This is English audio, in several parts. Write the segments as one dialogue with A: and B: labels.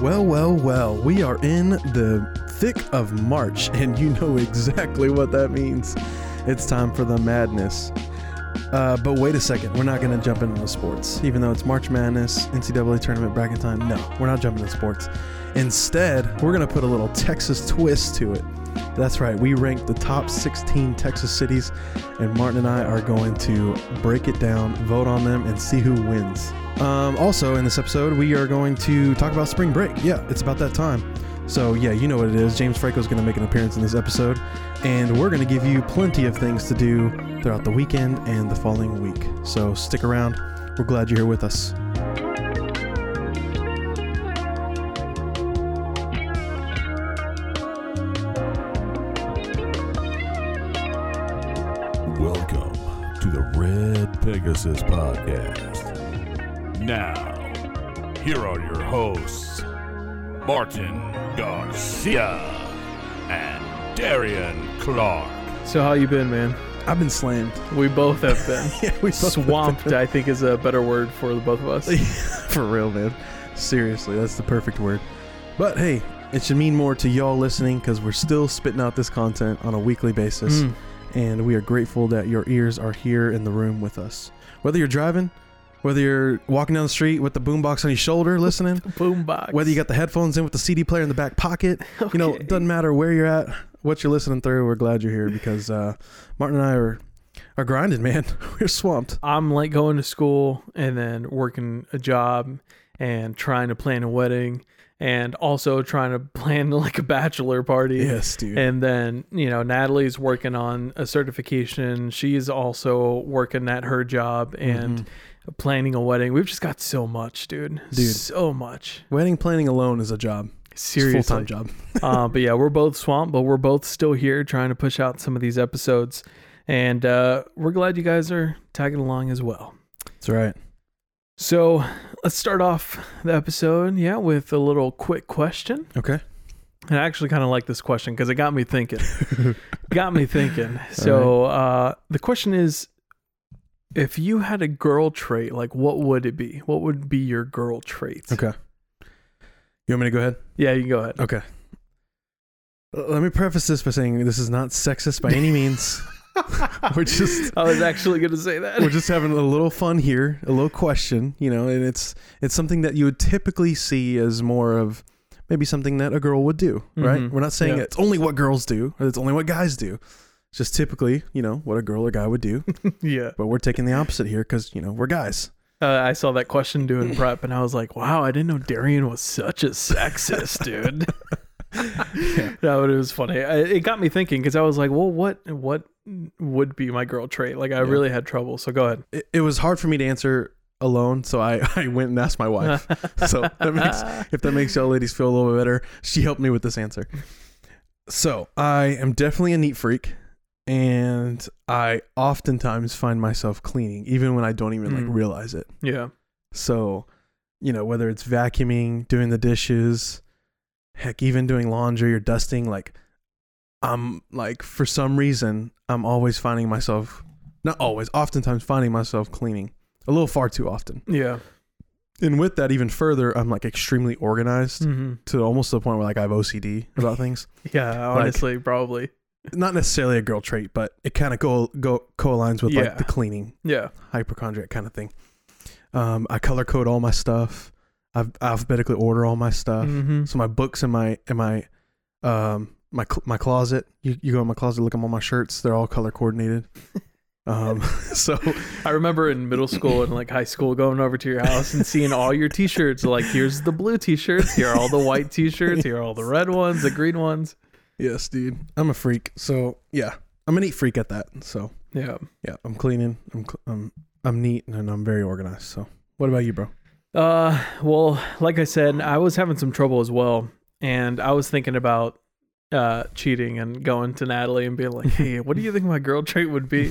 A: Well, well, well, we are in the thick of March, and you know exactly what that means. It's time for the madness. Uh, but wait a second, we're not going to jump into the sports. Even though it's March Madness, NCAA tournament bracket time, no, we're not jumping into sports. Instead, we're going to put a little Texas twist to it. That's right, we ranked the top 16 Texas cities, and Martin and I are going to break it down, vote on them, and see who wins. Um, also, in this episode, we are going to talk about spring break. Yeah, it's about that time. So, yeah, you know what it is. James Franco is going to make an appearance in this episode, and we're going to give you plenty of things to do throughout the weekend and the following week. So, stick around. We're glad you're here with us.
B: Welcome to the Red Pegasus Podcast. Now, here are your hosts, Martin Garcia and Darian Clark.
C: So how you been, man?
A: I've been slammed.
C: We both have been
A: Yeah, we both have
C: swamped. I think is a better word for the both of us.
A: For real, man. Seriously, that's the perfect word. But hey, it should mean more to y'all listening because we're still spitting out this content on a weekly basis.
C: Mm.
A: And we are grateful that your ears are here in the room with us. Whether you're driving, whether you're walking down the street with the boombox on your shoulder listening,
C: Boombox.
A: whether you got the headphones in with the CD player in the back pocket, you know,
C: Okay.
A: it doesn't matter where you're at, what you're listening through, we're glad you're here because uh, Martin and I are, are grinding, man. we're swamped.
C: I'm like going to school and then working a job and trying to plan a wedding and also trying to plan like a bachelor party.
A: Yes, dude.
C: And then, you know, Natalie's working on a certification. She's also working at her job and planning a wedding. We've just got so much, dude.
A: Mm-hmm. Dude.
C: So much.
A: Wedding planning alone is a job.
C: Seriously.
A: Full time job.
C: uh, but yeah, we're both swamped, but we're both still here trying to push out some of these episodes. And uh, we're glad you guys are tagging along as well.
A: That's right.
C: So let's start off the episode, yeah, with a little quick question.
A: Okay.
C: And I actually kind of like this question because it got me thinking. got me thinking. So uh, the question is if you had a girl trait, like what would it be? What would be your girl trait?
A: Okay. You want me to go ahead?
C: Yeah, you can go ahead.
A: Okay. L- Let me preface this by saying this is not sexist by any means. We're just-
C: I was actually going to say that.
A: We're just having a little fun here, a little question, you know, and it's it's something that you would typically see as more of maybe something that a girl would do, right?
C: Mhm.
A: We're not saying
C: Yeah.
A: it's only what girls do or it's only what guys do. It's just typically, you know, what a girl or guy would do,
C: yeah.
A: but we're taking the opposite here cuz you know, we're guys.
C: Uh, I saw that question doing prep, and I was like, "Wow, I didn't know Darian was such a sexist, dude." No, but it was funny. I, it got me thinking because I was like, "Well, what what would be my girl trait?" Like, I really had trouble. So go ahead.
A: it, it was hard for me to answer alone, so I, I went and asked my wife. so that makes if that makes y'all ladies feel a little bit better, she helped me with this answer. So I am definitely a neat freak, and I oftentimes find myself cleaning, even when I don't even like
C: Mm.
A: realize it.
C: Yeah,
A: So, you know, whether it's vacuuming, doing the dishes, heck, even doing laundry or dusting, like I'm like for some reason I'm always finding myself not always, oftentimes finding myself cleaning a little far too often.
C: yeah,
A: And with that even further, I'm like extremely organized
C: hmm
A: to almost the point where like I have OCD about things.
C: yeah. Honestly, probably.
A: not necessarily a girl trait, but it kind of go go co-aligns with
C: Yeah.
A: like the cleaning
C: Yeah,
A: hypochondriac kind of thing. Um, I color code all my stuff. I alphabetically order all my stuff.
C: hmm
A: So my books and my and my um my cl- my closet. You, you go in my closet, look at all my shirts. They're all color coordinated. Um, so
C: I remember in middle school and like high school going over to your house and seeing all your T-shirts. Like, here's the blue T-shirts. Here are all the white T-shirts. Here are all the red ones, the green ones.
A: yes, dude, I'm a freak. So yeah, I'm a neat freak at that. So
C: Yeah.
A: yeah, I'm cleaning. I'm cl- I'm I'm neat and I'm very organized. So what about you, bro?
C: Uh, well, like I said, I was having some trouble as well, and I was thinking about uh cheating and going to Natalie and being like, "Hey, what do you think my girl trait would be?"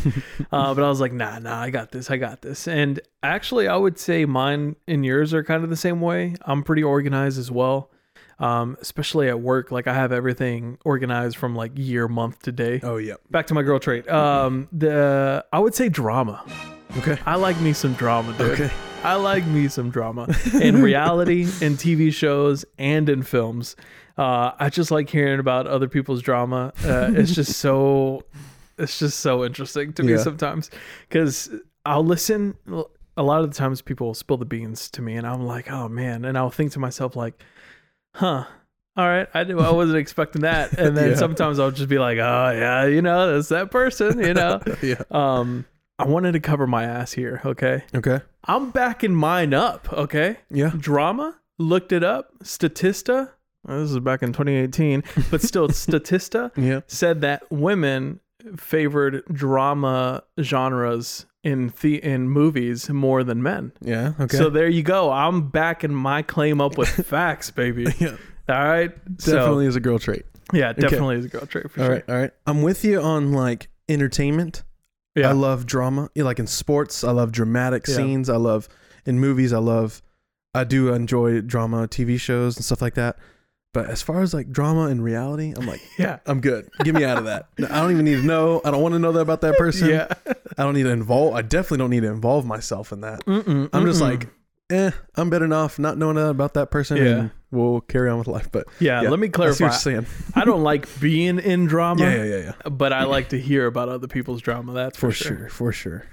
C: uh, but I was like, "Nah, nah, I got this, I got this." And actually, I would say mine and yours are kind of the same way. I'm pretty organized as well, um, especially at work. Like I have everything organized from like year, month to day.
A: Oh yeah.
C: Back to my girl trait. Um, the I would say drama.
A: Okay.
C: I like me some drama, dude.
A: Okay.
C: I like me some drama in reality, in TV shows, and in films. Uh, I just like hearing about other people's drama. Uh, it's just so, it's just so interesting to me
A: Yeah.
C: sometimes because I'll listen. A lot of the times, people will spill the beans to me, and I'm like, oh man, and I'll think to myself like, huh. All right, I knew I wasn't expecting that, and then
A: Yeah.
C: sometimes I'll just be like, "Oh yeah, you know, that's that person," you know.
A: yeah.
C: Um, I wanted to cover my ass here, okay?
A: Okay.
C: I'm backing mine up, okay?
A: Yeah.
C: Drama, looked it up. Statista, well, this is back in 2018, but still, Statista
A: Yeah.
C: said that women favored drama genres in the in movies more than men.
A: Yeah. Okay.
C: So there you go. I'm backing my claim up with facts, baby.
A: yeah.
C: All right.
A: Definitely is a girl trait.
C: So, yeah, definitely is a girl trait for
A: All
C: sure.
A: right, all right. I'm with you on like entertainment.
C: Yeah.
A: I love drama. Yeah, Like in sports, I love dramatic
C: Yeah.
A: scenes. I love in movies. I love. I do enjoy drama, TV shows, and stuff like that. But as far as like drama and reality, I'm like,
C: Yeah.
A: I'm good. Get me out of that. No, I don't even need to know. I don't want to know that about that person.
C: Yeah.
A: I don't need to involve. I definitely don't need to involve myself in that.
C: Mm-mm,
A: I'm just
C: mm-mm.
A: like, eh, I'm better off not knowing that about that person.
C: Yeah.
A: And we'll carry on with life. But
C: yeah, let
A: I
C: me
A: see
C: clarify.
A: what you're saying.
C: I don't like being in drama.
A: Yeah, yeah, yeah, yeah.
C: but I like to hear about other people's drama. That's for,
A: For sure. For sure.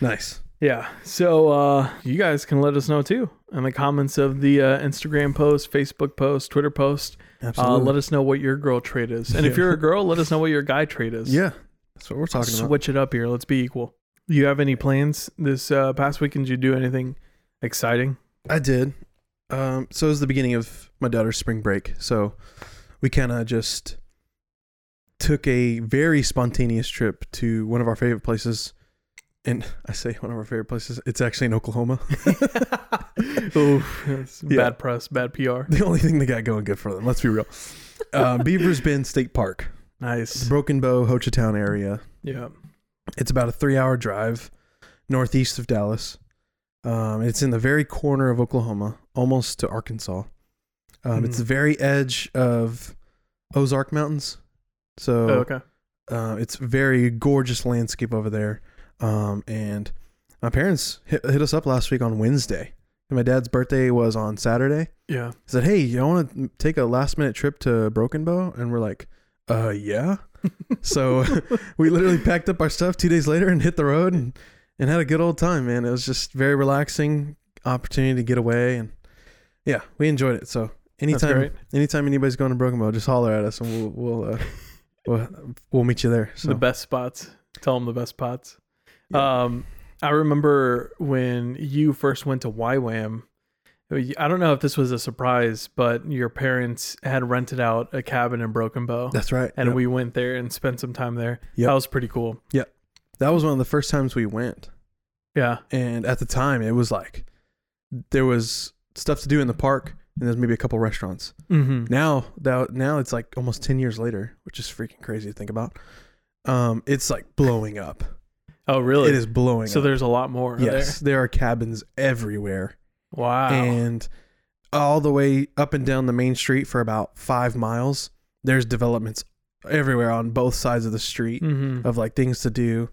A: Nice.
C: Yeah. So uh, you guys can let us know too in the comments of the uh, Instagram post, Facebook post, Twitter post. Uh,
A: Absolutely.
C: let us know what your girl trait is, and if
A: Yeah.
C: you're a girl, let us know what your guy trait is.
A: yeah. That's what we're talking about.
C: Switch it up here. Let's be equal. Do you have any plans this uh, past weekend? Did you do anything exciting?
A: I did. Um, so it was the beginning of my daughter's spring break. So we kind of just took a very spontaneous trip to one of our favorite places. And I say one of our favorite places, it's actually in Oklahoma.
C: Oof, that's
A: Yeah.
C: bad press, bad PR.
A: the only thing they got going good for them, let's be real. Uh, Beaver's Bend State Park, the
C: Nice.
A: Broken Bow, Ho Chi Town area.
C: Yeah.
A: It's about a three hour drive northeast of Dallas. Um, it's in the very corner of Oklahoma, almost to Arkansas. Um, It's
C: Mhm.
A: the very edge of Ozark Mountains. So
C: Oh, okay.
A: uh, it's very gorgeous landscape over there. Um, and my parents hit, hit us up last week on Wednesday. And my dad's birthday was on Saturday.
C: Yeah.
A: He said, "Hey, you want to take a last minute trip to Broken Bow?" And we're like, "Uh, yeah." so we literally packed up our stuff two days later and hit the road and, and had a good old time. Man, it was just very relaxing opportunity to get away and yeah, we enjoyed it. So anytime,
C: great.
A: anytime anybody's going to Broken Bow, just holler at us and we'll we'll uh, we'll, we'll meet you there. So
C: the best spots. Tell them the best spots.
A: Yeah.
C: Um, I remember when you first went to YWAM. I don't know if this was a surprise, but your parents had rented out a cabin in Broken Bow,
A: that's right.
C: and
A: Yep.
C: we went there and spent some time there.
A: Yep.
C: That was pretty cool.
A: that was one of the first times we went.
C: Yeah,
A: and at the time it was like there was stuff to do in the park and there's maybe a couple restaurants
C: hmm
A: now that now it's like almost 10 years later which is freaking crazy to think about um it's like blowing up
C: Oh, really?
A: it is blowing
C: So
A: up
C: there's a lot more.
A: yes there. are cabins everywhere
C: There. Wow.
A: and all the way up and down the main street for about five miles there's developments everywhere on both sides of the street
C: Mhm.
A: of like things to do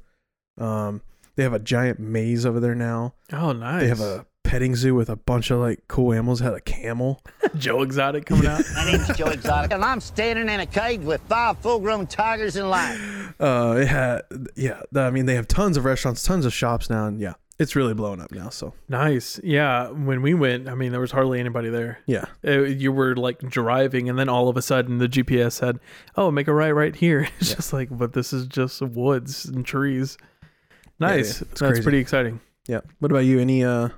A: um they have a giant maze over there now
C: Oh, nice.
A: They have a petting zoo with a bunch of like cool animals. Had a camel.
C: Joe Exotic coming out.
D: My name's Joe Exotic, and I'm standing in a cage with five full-grown tigers and lions.
A: Uh, it had yeah. th- I mean, they have tons of restaurants, tons of shops now, and yeah, it's really blowing up now. So
C: Nice. Yeah. When we went, I mean, there was hardly anybody there.
A: yeah,
C: Uh, you were like driving and then all of a sudden the gps said oh make a right right here it's just like but this is just woods and trees
A: yeah,
C: nice
A: it's
C: that's
A: crazy.
C: pretty exciting
A: yeah. What about you? Any uh,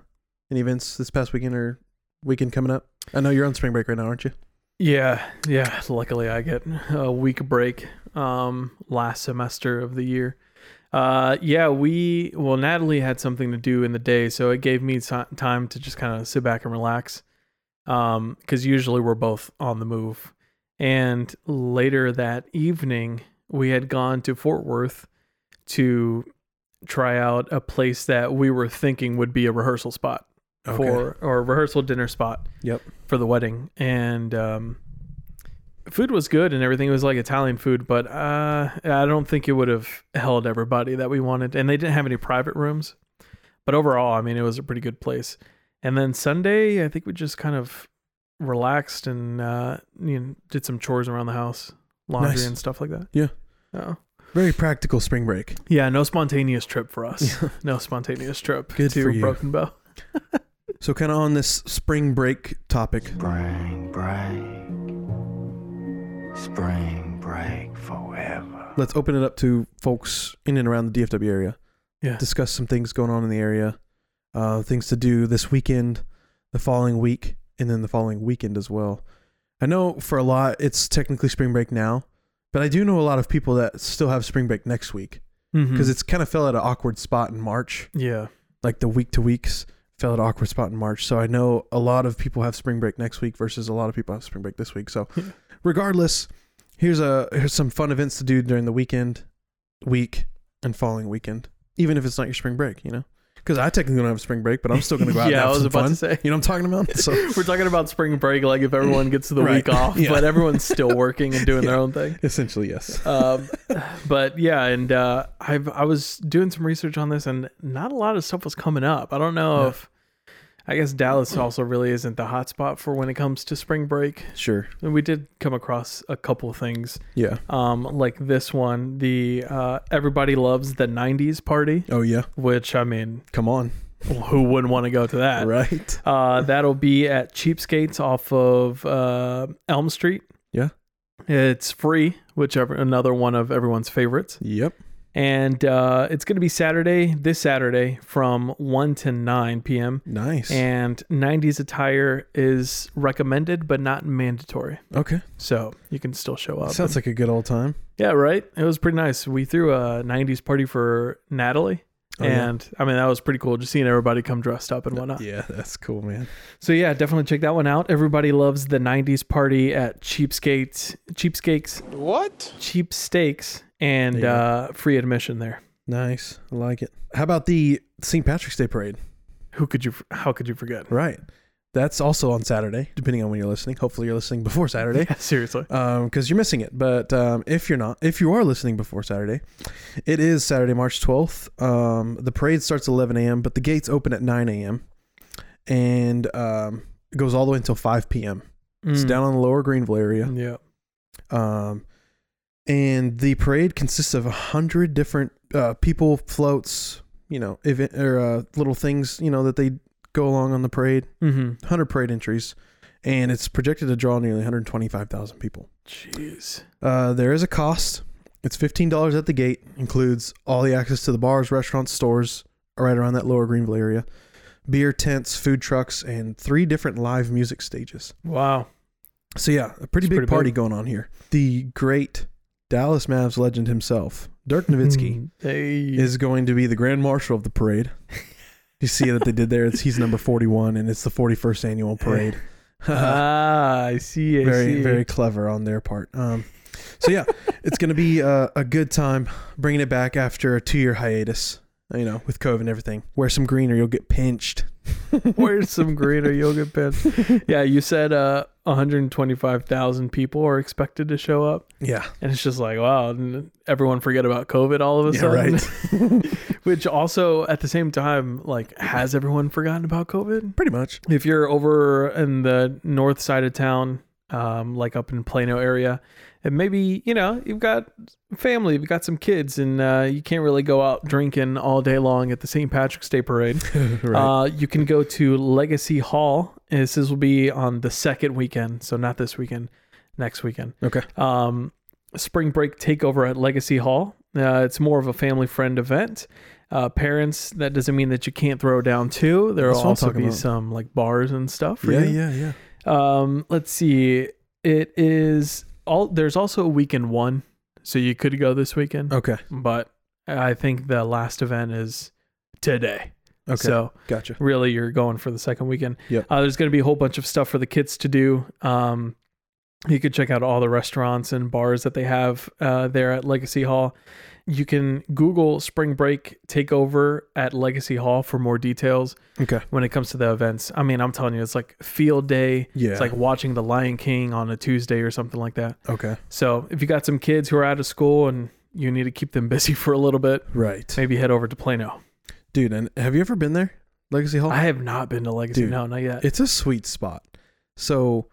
A: any events this past weekend or weekend coming up? I know you're on spring break right now, aren't you?
C: yeah yeah luckily i get a week break um last semester of the year uh yeah we well natalie had something to do in the day so it gave me ti- time to just kind of sit back and relax um because usually we're both on the move and later that evening we had gone to fort worth to try out a place that we were thinking would be a rehearsal spot
A: Okay.
C: for or a rehearsal dinner spot
A: Yep.
C: for the wedding and um food was good and everything it was like italian food but uh i don't think it would have held everybody that we wanted and they didn't have any private rooms But overall, I mean, it was a pretty good place. And then Sunday, I think we just kind of relaxed and uh, you know, did some chores around the house, laundry
A: Nice.
C: and stuff like that.
A: Yeah.
C: Oh.
A: Very practical spring break.
C: Yeah, no spontaneous trip for us. no spontaneous trip
A: Good
C: to
A: for you.
C: Broken Bow.
A: So, kind of on this spring break topic,
E: Spring break. Spring break forever.
A: let's open it up to folks in and around the DFW area.
C: Yeah.
A: Discuss some things going on in the area, uh, things to do this weekend, the following week, and then the following weekend as well. I know for a lot, it's technically spring break now, but I do know a lot of people that still have spring break next week because Mm-hmm.
C: Hmm.
A: it's kind of fell at an awkward spot in March.
C: Mm-hmm. yeah,
A: like the week to weeks fell at an awkward spot in March. So I know a lot of people have spring break next week versus a lot of people have spring break this week. So regardless, here's a here's some fun events to do during the weekend, week, and following weekend. Even if it's not your spring break, you know? Because I technically don't have a spring break, but I'm still gonna go out and
C: yeah.
A: have
C: I was
A: some
C: about
A: fun.
C: to say
A: You know what I'm talking about? So
C: we're talking about spring break, like if everyone gets the
A: Right.
C: week off,
A: Yeah.
C: but everyone's still working and doing their own thing.
A: essentially yes.
C: Um, but yeah, and uh, I've I was doing some research on this, and not a lot of stuff was coming up. I don't know
A: Yeah.
C: if. I guess Dallas also really isn't the hot spot for when it comes to spring break.
A: Sure.
C: And we did come across a couple things
A: Yeah.
C: um, like this one, the uh, everybody loves the '90s party,
A: Oh yeah.
C: which I mean,
A: Come on.
C: who wouldn't want to go to that?
A: Right.
C: Uh, that'll be at Cheapskates off of uh, Elm Street.
A: Yeah.
C: It's free, which ever- another one of everyone's favorites,
A: Yep.
C: and uh, it's going to be Saturday, this Saturday, from one to nine p.m.
A: Nice.
C: And '90s attire is recommended, but not mandatory,
A: okay.
C: so you can still show up.
A: Sounds like a good old time.
C: Yeah, right. It was pretty nice. We threw a '90s party for Natalie,
A: Oh, yeah.
C: and I mean that was pretty cool. Just seeing everybody come dressed up and whatnot.
A: Yeah, that's cool, man.
C: So yeah, definitely check that one out. Everybody loves the '90s party at Cheapskates, Cheapskates,
F: What?
C: Cheap Steaks, and
A: Yeah.
C: uh, free admission there.
A: Nice. I like it. How about the St. Patrick's Day parade?
C: Who could you? How could you forget?
A: Right. That's also on Saturday, depending on when you're listening. Hopefully, you're listening before Saturday
C: Yeah, seriously.
A: because you're missing it. But um, if you're not, if you are listening before Saturday, it is Saturday, March 12th. Um, the parade starts at 11 a.m., but the gates open at 9 a.m. and um, it goes all the way until 5 p.m. It's
C: Mm.
A: down on the lower Greenville area.
C: Yeah.
A: Um, and the parade consists of a hundred different uh, people, floats, you know, event or uh, little things, you know, that they go along on the parade.
C: Mm-hmm.
A: 100 parade entries, and it's projected to draw nearly 125,000 people.
C: Jeez.
A: Uh, there is a cost. It's $15 at the gate, includes all the access to the bars, restaurants, stores right around that lower Greenville area, beer tents, food trucks, and three different live music stages.
C: Wow.
A: So, yeah, a pretty
C: It's
A: big
C: pretty
A: party
C: big.
A: going on here. The great Dallas Mavs legend himself, Dirk Nowitzki,
C: Mm. Hey.
A: is going to be the grand marshal of the parade. You see that they did there? It's, he's number 41, and it's the 41st annual parade.
C: ah, I see. I
A: uh, very
C: see.
A: very clever on their part. Um, so yeah, it's gonna be uh, a good time bringing it back after a two year hiatus. You know, with COVID and everything, wear some green or you'll get pinched.
C: Wear some greener yoga pants. Yeah, you said uh, 125,000 people are expected to show up,
A: Yeah,
C: and it's just like wow, and everyone forget about COVID all of a
A: Yeah,
C: sudden.
A: right.
C: Which also at the same time, like, has everyone forgotten about COVID?
A: pretty much.
C: If you're over in the north side of town, um, like up in Plano area, and maybe you know you've got family, you've got some kids, and uh, you can't really go out drinking all day long at the St. Patrick's Day parade. Uh, you can go to Legacy Hall. and This will be on the second weekend, so not this weekend, next weekend.
A: okay.
C: Um, spring break takeover at Legacy Hall. Uh, it's more of a family friend event. Uh, parents, that doesn't mean that you can't throw down too. There
A: That's
C: will
A: what I'm
C: also
A: talking
C: be
A: about.
C: some like bars and stuff. For
A: Yeah,
C: you.
A: yeah, yeah.
C: Um, let's see. It is all. There's also a weekend one, so you could go this weekend,
A: Okay.
C: but I think the last event is today.
A: Okay.
C: So
A: gotcha.
C: really you're going for the second weekend.
A: Yep.
C: Uh, there's going to be a whole bunch of stuff for the kids to do. Um, you could check out all the restaurants and bars that they have uh, there at Legacy Hall. You can Google Spring Break Takeover at Legacy Hall for more details
A: Okay.
C: when it comes to the events. I mean, I'm telling you, it's like field day.
A: Yeah.
C: It's like watching The Lion King on a Tuesday or something like that.
A: Okay.
C: So if you got some kids who are out of school and you need to keep them busy for a little bit,
A: Right.
C: maybe head over to Plano.
A: dude. And have you ever been there, Legacy Hall?
C: I have not been to Legacy.
A: Dude,
C: no, not yet.
A: it's a sweet spot. So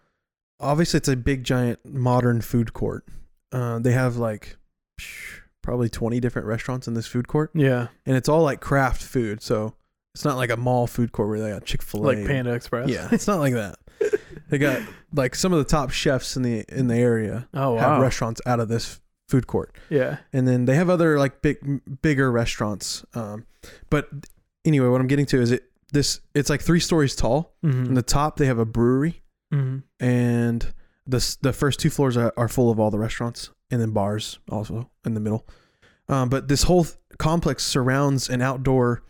A: obviously, it's a big, giant, modern food court. Uh, they have like psh, probably twenty different restaurants in this food court,
C: yeah,
A: and it's all like craft food. So it's not like a mall food court where they got Chick Fil A,
C: like Panda Express.
A: Yeah, it's not like that. They got like some of the top chefs in the in the area
C: Oh wow.
A: have restaurants out of this food court,
C: yeah.
A: and then they have other like big bigger restaurants. Um, but anyway, what I'm getting to is it this it's like three stories tall. In
C: Mm-hmm.
A: the top they have a brewery,
C: hmm
A: and the s- the first two floors are, are full of all the restaurants, and then bars also in the middle. Um, but this whole th- complex surrounds an outdoor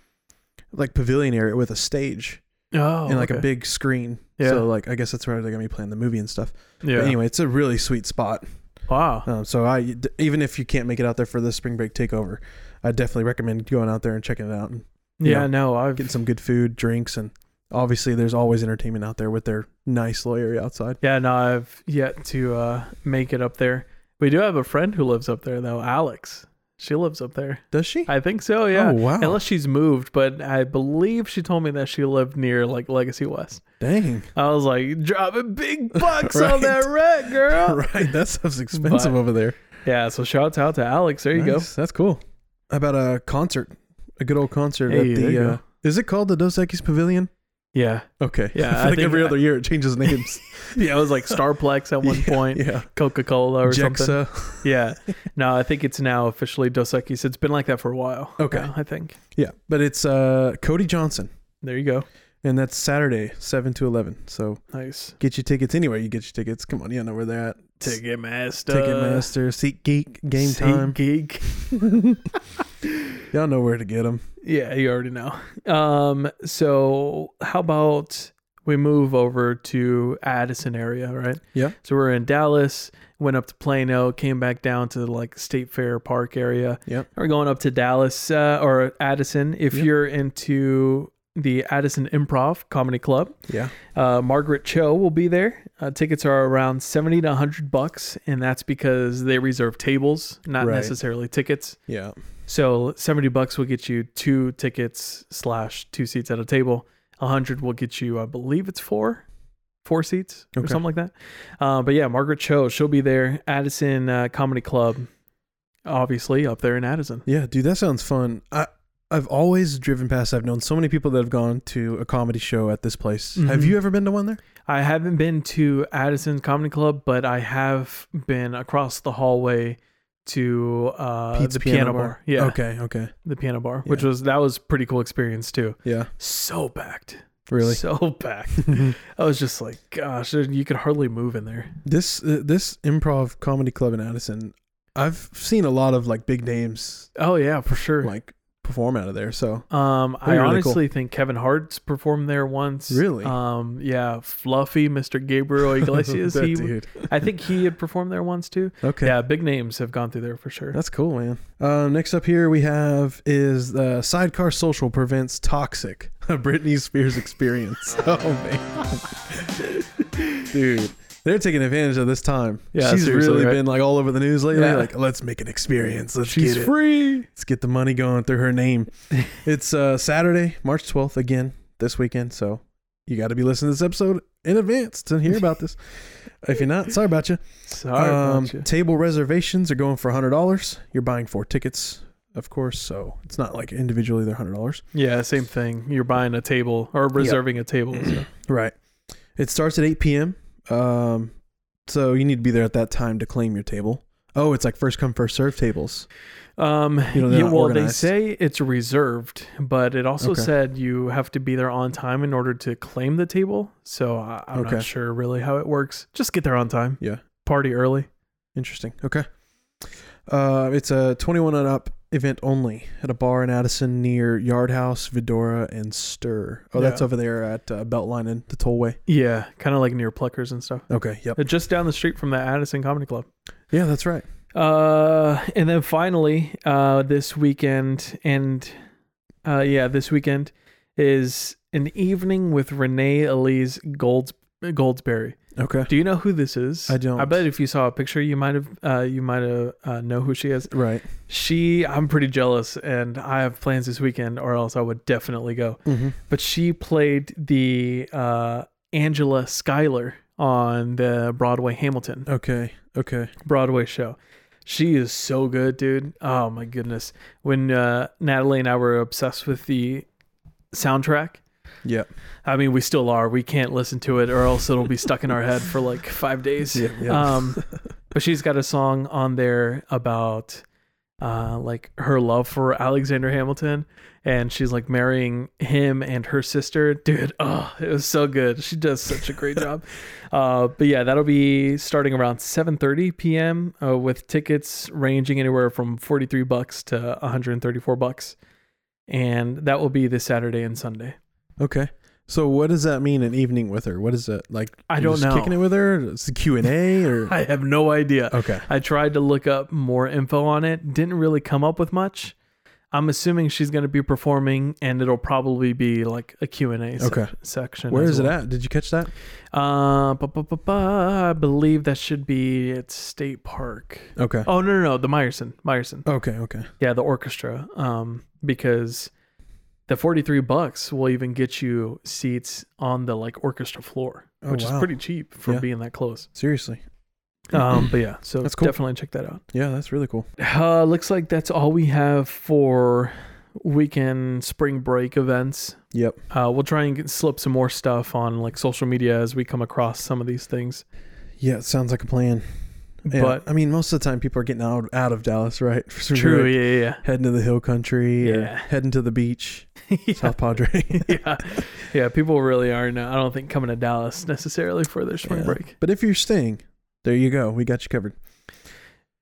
A: like pavilion area with a stage
C: Oh,
A: and like a
C: okay.
A: big screen.
C: Yeah.
A: So like I guess that's where they're gonna be playing the movie and stuff.
C: yeah.
A: But anyway, it's a really sweet spot.
C: wow.
A: Um, so I d- even if you can't make it out there for the spring break takeover, I definitely recommend going out there and checking it out and you
C: yeah,
A: know,
C: no, I've
A: getting some good food, drinks, and obviously there's always entertainment out there with their nice little area outside.
C: yeah, no, I've yet to uh, make it up there. We do have a friend who lives up there though, Alex. She lives up there.
A: Does she?
C: I think so. Yeah.
A: Oh, wow.
C: Unless she's moved, but I believe she told me that she lived near like Legacy West.
A: Dang.
C: I was like, dropping big bucks on
A: Right.
C: that rent, girl.
A: right. That stuff's expensive
C: Uh, But-
A: over there.
C: Yeah. So shouts out to Alex. There you go.
A: Nice. That's cool. How about a concert? A good old concert
C: Hey,
A: at
C: there you
A: the. Uh,
C: go.
A: is it called the Dos Equis Pavilion?
C: Yeah.
A: Okay. I
C: Yeah,
A: feel
C: I
A: like
C: think-
A: every other year it changes names.
C: Yeah. It was like Starplex at one
A: Yeah,
C: point,
A: Yeah.
C: Coca Cola or something.
A: Jexa.
C: Yeah. No, I think it's now officially Dos Equis. It's been like that for a while.
A: Okay.
C: now, I think.
A: Yeah, but it's uh, Cody Johnson,
C: There you go.
A: and that's Saturday, seven to eleven. So
C: Nice.
A: get your tickets anywhere you get your tickets. Come on, you know where they're at.
C: Ticketmaster.
A: Ticketmaster, SeatGeek, Game Time.
C: Geek.
A: Y'all know where to get them.
C: Yeah, you already know. Um, so how about we move over to Addison area, right?
A: Yeah.
C: So we're in Dallas, went up to Plano, came back down to like State Fair Park area.
A: Yep.
C: We're going up to Dallas uh, or Addison. If
A: Yep.
C: you're into the Addison Improv Comedy Club,
A: Yeah.
C: uh, Margaret Cho will be there. Uh, tickets are around 70 to 100 bucks, and that's because they reserve tables, not
A: Right.
C: necessarily tickets.
A: Yeah.
C: So seventy bucks will get you two tickets slash two seats at a table. A hundred will get you, I believe it's four, four seats or
A: Okay.
C: something like that. Uh, but yeah, Margaret Cho, she'll be there. Addison uh, Comedy Club, obviously up there in Addison.
A: Yeah, dude, that sounds fun. I I've always driven past. I've known so many people that have gone to a comedy show at this place. Have
C: Mhm.
A: you ever been to one there?
C: I haven't been to Addison Comedy Club, but I have been across the hallway to uh,
A: Pete's
C: the piano, bar. Yeah,
A: Okay. Okay.
C: the piano bar, which
A: Yeah.
C: was that was pretty cool experience too.
A: Yeah.
C: So packed.
A: Really.
C: so packed. I was just like, gosh, you could hardly move in there.
A: This uh, this improv comedy club in Addison, I've seen a lot of like big names
C: Oh yeah, for sure.
A: like perform out of there. So
C: um,
A: That'd
C: I
A: be really cool.
C: honestly think Kevin Hart's performed there once.
A: Really?
C: Um, yeah, Fluffy, Mr. Gabriel Iglesias.
A: That
C: he,
A: dude.
C: I think he had performed there once too.
A: Okay.
C: Yeah, big names have gone through there for sure.
A: That's cool, man. Um, next up here we have is the sidecar social prevents toxic a Britney Spears experience. oh man, dude, they're taking advantage of this time.
C: Yeah,
A: she's
C: seriously,
A: really
C: right?
A: been like all over the news lately.
C: Yeah.
A: Like, let's make an experience. Let's
C: She's
A: get it.
C: free.
A: Let's get the money going through her name. it's uh, Saturday, March twelfth again this weekend. So you got to be listening to this episode in advance to hear about this. if you're not, sorry about you.
C: Sorry,
A: Um,
C: about you.
A: Table reservations are going for hundred dollars. You're buying four tickets, of course, so it's not like individually they're hundred dollars.
C: yeah, same thing. You're buying a table or reserving a table. so.
A: Right. It starts at eight p.m. Um, so you need to be there at that time to claim your table. Oh, it's like first come first serve tables.
C: Um,
A: You know, they're
C: yeah,
A: not
C: well,
A: organized.
C: they say it's reserved, but it also
A: Okay.
C: said you have to be there on time in order to claim the table. So I, I'm
A: Okay.
C: not sure really how it works. Just get there on time,
A: Yeah,
C: party early.
A: interesting. Okay. Uh, it's a twenty-one and up event only at a bar in Addison near Yard House, Vidora, and Stir. Oh, that's
C: Yeah.
A: over there at uh, Beltline and the Tollway.
C: Yeah, kind of like near Pluckers and stuff.
A: Okay. Yep.
C: Uh, Just down the street from the Addison Comedy Club.
A: Yeah, that's right.
C: Uh, and then finally, uh, this weekend and uh, yeah, this weekend is an evening with Renee Elise Golds Goldsberry.
A: Okay.
C: Do you know who this is?
A: I don't.
C: I bet if you saw a picture, you might have uh, you might have uh, know who she is.
A: Right.
C: She, I'm pretty jealous, and I have plans this weekend, or else I would definitely go.
A: Mm-hmm.
C: But she played the uh, Angela Schuyler on the Broadway Hamilton
A: Okay. Okay.
C: Broadway show. She is so good, dude. Oh my goodness. When uh, Natalie and I were obsessed with the soundtrack,
A: Yeah.
C: I mean, we still are. We can't listen to it, or else it'll be stuck in our head for like five days.
A: Yeah, yeah.
C: Um, but she's got a song on there about uh, like her love for Alexander Hamilton, and she's like marrying him and her sister. Dude, oh, it was so good. She does such a great job. Uh, but yeah, that'll be starting around 7:30 p.m. Uh, with tickets ranging anywhere from 43 bucks to 134 bucks, and that will be this Saturday and Sunday.
A: Okay. So what does that mean? An evening with her? What is it like?
C: I
A: you're
C: don't
A: just
C: know.
A: Kicking it with her? It's a Q and A or
C: I have no idea.
A: okay.
C: I tried to look up more info on it, didn't really come up with much. I'm assuming she's going to be performing and it'll probably be like a Q&A sec-
A: Okay.
C: section.
A: Where is it at? Did you catch that?
C: at? Uh, ba- ba- ba- ba, I believe that should be at State Park.
A: Okay.
C: Oh, no, no, no, the Meyerson. Meyerson.
A: Okay. Okay.
C: Yeah, the orchestra. Um, because the 43 bucks will even get you seats on the like orchestra floor,
A: Oh,
C: which
A: wow.
C: is pretty cheap for
A: Yeah.
C: being that close.
A: Seriously.
C: Um, but yeah, so
A: That's cool.
C: definitely check that out.
A: Yeah, that's really cool.
C: Uh, looks like that's all we have for weekend spring break events.
A: Yep.
C: Uh, we'll try and get, slip some more stuff on like social media as we come across some of these things.
A: Yeah, it sounds like a plan. Yeah,
C: But-
A: I mean, most of the time people are getting out out of Dallas, right? For spring
C: True,
A: break.
C: yeah,
A: Heading to the hill country or
C: Yeah.
A: heading to the beach,
C: yeah, yeah.
A: South Padre.
C: yeah, yeah. People really aren't. uh, I don't think coming to Dallas necessarily for their spring
A: Yeah.
C: break.
A: But if you're staying, there you go. We got you covered.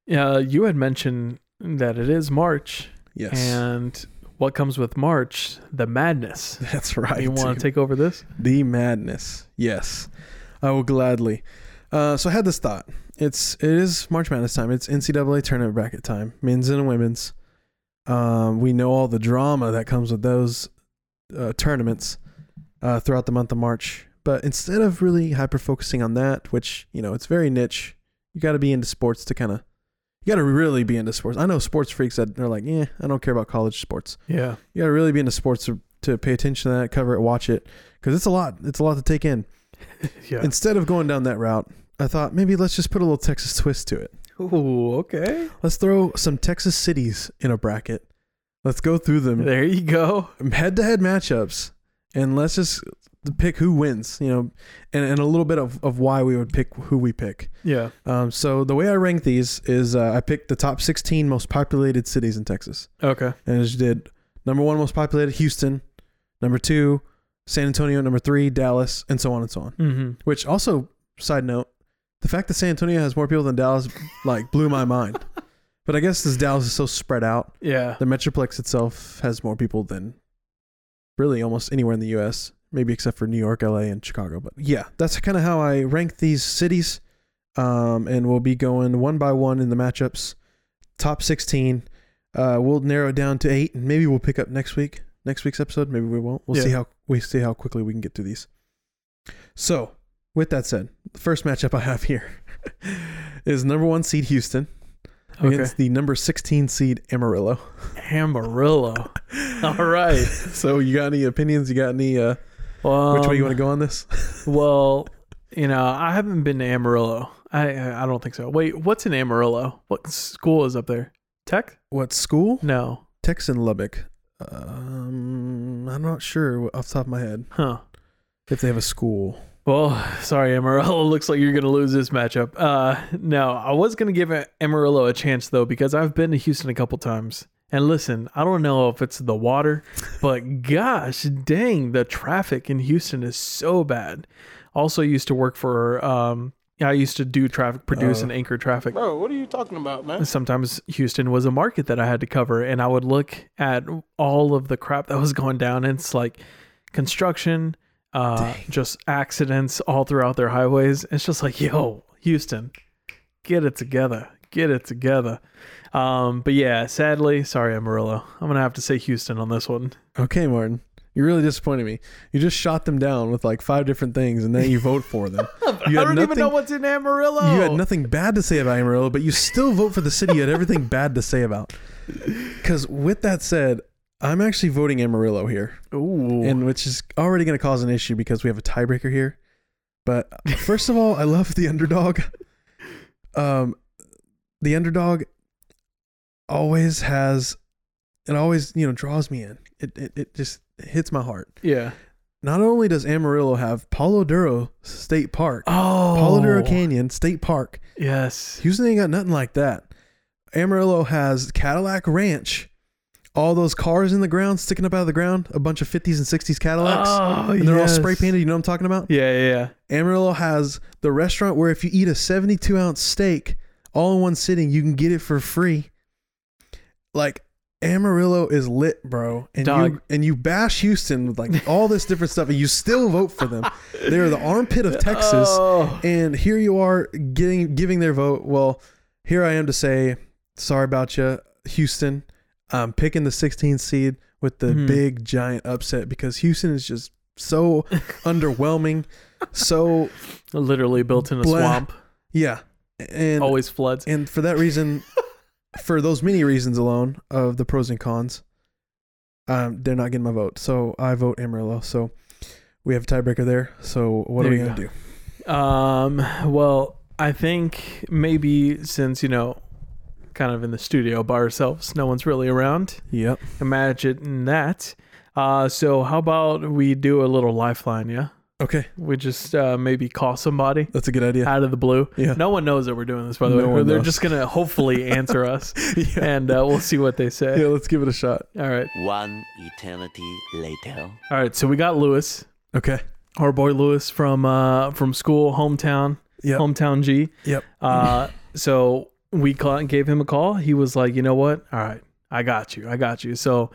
C: Yeah, you had mentioned that it is March,
A: Yes.
C: and what comes with March? The madness.
A: that's right.
C: You want
A: dude.
C: to take over this?
A: The madness. Yes, I will gladly. Uh, so I had this thought. It's it is March Madness time. It's NCAA tournament bracket time, men's and women's. Um, we know all the drama that comes with those uh, tournaments uh, throughout the month of March. But instead of really hyper focusing on that, which you know it's very niche, you got to be into sports to kind of. You got to really be into sports. I know sports freaks that are like, yeah, I don't care about college sports
C: Yeah,
A: you gotta really be into sports to, to pay attention to that cover it watch it because it's a lot it's a lot to take in
C: yeah.
A: instead of going down that route i thought maybe let's just put a little texas twist to it
C: Ooh, okay.
A: let's throw some texas cities in a bracket let's go through them
C: There you go.
A: head-to-head matchups and let's just pick who wins you know and, and a little bit of, of why we would pick who we pick
C: Yeah.
A: um, so the way i rank these is uh, i picked the top 16 most populated cities in texas
C: Okay.
A: and I just did number one most populated Houston, number two San Antonio, number three Dallas, and so on and so on.
C: Mm-hmm.
A: Which also, side note, the fact that San Antonio has more people than Dallas like blew my mind. But I guess this Dallas is so spread out,
C: Yeah.
A: the metroplex itself has more people than really almost anywhere in the U.S. Maybe except for New York, L.A., and Chicago. But yeah, that's kind of how I rank these cities. Um, and we'll be going one by one in the matchups. Top 16. Uh, we'll narrow it down to eight, and maybe we'll pick up next week. Next week's episode. Maybe we won't. We'll see
C: Yeah.
A: how we see how quickly we can get to these. So, with that said, the first matchup I have here is number one seed Houston
C: Okay.
A: against the number 16 seed Amarillo.
C: Amarillo. All right.
A: So you got any opinions? You got any? Uh,
C: Well,
A: which way you want to go on this?
C: Um, Well, you know, I haven't been to Amarillo. I I I don't think so. Wait, what's in Amarillo? What school is up there? Tech?
A: What school?
C: No.
A: Texan Lubbock. Um, I'm not sure off the top of my head
C: Huh.
A: if they have a school.
C: Well, Oh, sorry, Amarillo. Looks like you're gonna lose this matchup. Uh, no, I was gonna give Amarillo a chance though because I've been to Houston a couple times. And listen, I don't know if it's the water, but gosh dang, the traffic in Houston is so bad. Also, used to work for um, I used to do traffic, produce and anchor traffic.
F: Bro, what are you talking about, man?
C: sometimes Houston was a market that I had to cover, and I would look at all of the crap that was going down. And it's like construction, uh, just accidents all throughout their highways. It's just like, yo, Houston, get it together, get it together. Um, but yeah, sadly, sorry, Amarillo, I'm gonna have to say Houston on this one.
A: Okay, Martin. You really disappointed me. You just shot them down with like five different things, and now you vote for them. You
C: I
A: had
C: don't even
A: nothing-
C: know what's in Amarillo.
A: You had nothing bad to say about Amarillo, but you still vote for the city you had everything bad to say about. Because with that said, I'm actually voting Amarillo here,
C: Ooh.
A: and which is already going to cause an issue because we have a tiebreaker here. But first of all, I love the underdog. Um, the underdog always has, it always you know draws me in. It it, it just hits my heart.
C: yeah.
A: Not only does Amarillo have Palo Duro State Park,
C: Oh.
A: Palo Duro Canyon State Park.
C: Yes.
A: Houston ain't got nothing like that. Amarillo has Cadillac Ranch, all those cars in the ground sticking up out of the ground, a bunch of 50s and 60s Cadillacs,
C: Oh,
A: and they're
C: yes.
A: all spray painted. You know what I'm talking about?
C: Yeah, yeah, yeah.
A: Amarillo has the restaurant where if you eat a 72 ounce steak all in one sitting, you can get it for free. Like Amarillo is lit, bro, and
C: Dog.
A: you and you bash Houston with like all this different stuff, and you still vote for them. They're the armpit of Texas,
C: Oh.
A: and here you are getting giving their vote. Well, here I am to say sorry about you, Houston. I'm picking the 16th seed with the
C: Mhm.
A: big giant upset because Houston is just so underwhelming. So
C: Literally built in a
A: Blah.
C: swamp.
A: yeah, and
C: Always floods.
A: and for that reason, for those many reasons alone of the pros and cons, um, they're not getting my vote. So I vote Amarillo. So we have a tiebreaker there. So what
C: There
A: are we
C: you
A: gonna
C: go.
A: do?
C: Um, well, I think maybe since, you know, kind of in the studio by ourselves, no one's really around.
A: Yep.
C: Imagine that. Uh, so how about we do a little lifeline, yeah?
A: Okay,
C: We just uh, maybe call somebody
A: that's a good idea.
C: out of the blue.
A: Yeah.
C: No one knows that we're doing this, by the
A: No
C: way.
A: one
C: They're
A: knows.
C: just going to hopefully answer us
A: Yeah.
C: and uh, we'll see what they say.
A: yeah, let's give it a shot.
C: All right.
F: One eternity later.
C: All right. So we got Lewis,
A: Okay.
C: our boy Lewis from, uh, from school, hometown,
A: Yep.
C: hometown G.
A: Yep.
C: Uh, so we call, gave him a call. He was like, you know what? All right, I got you. I got you. So,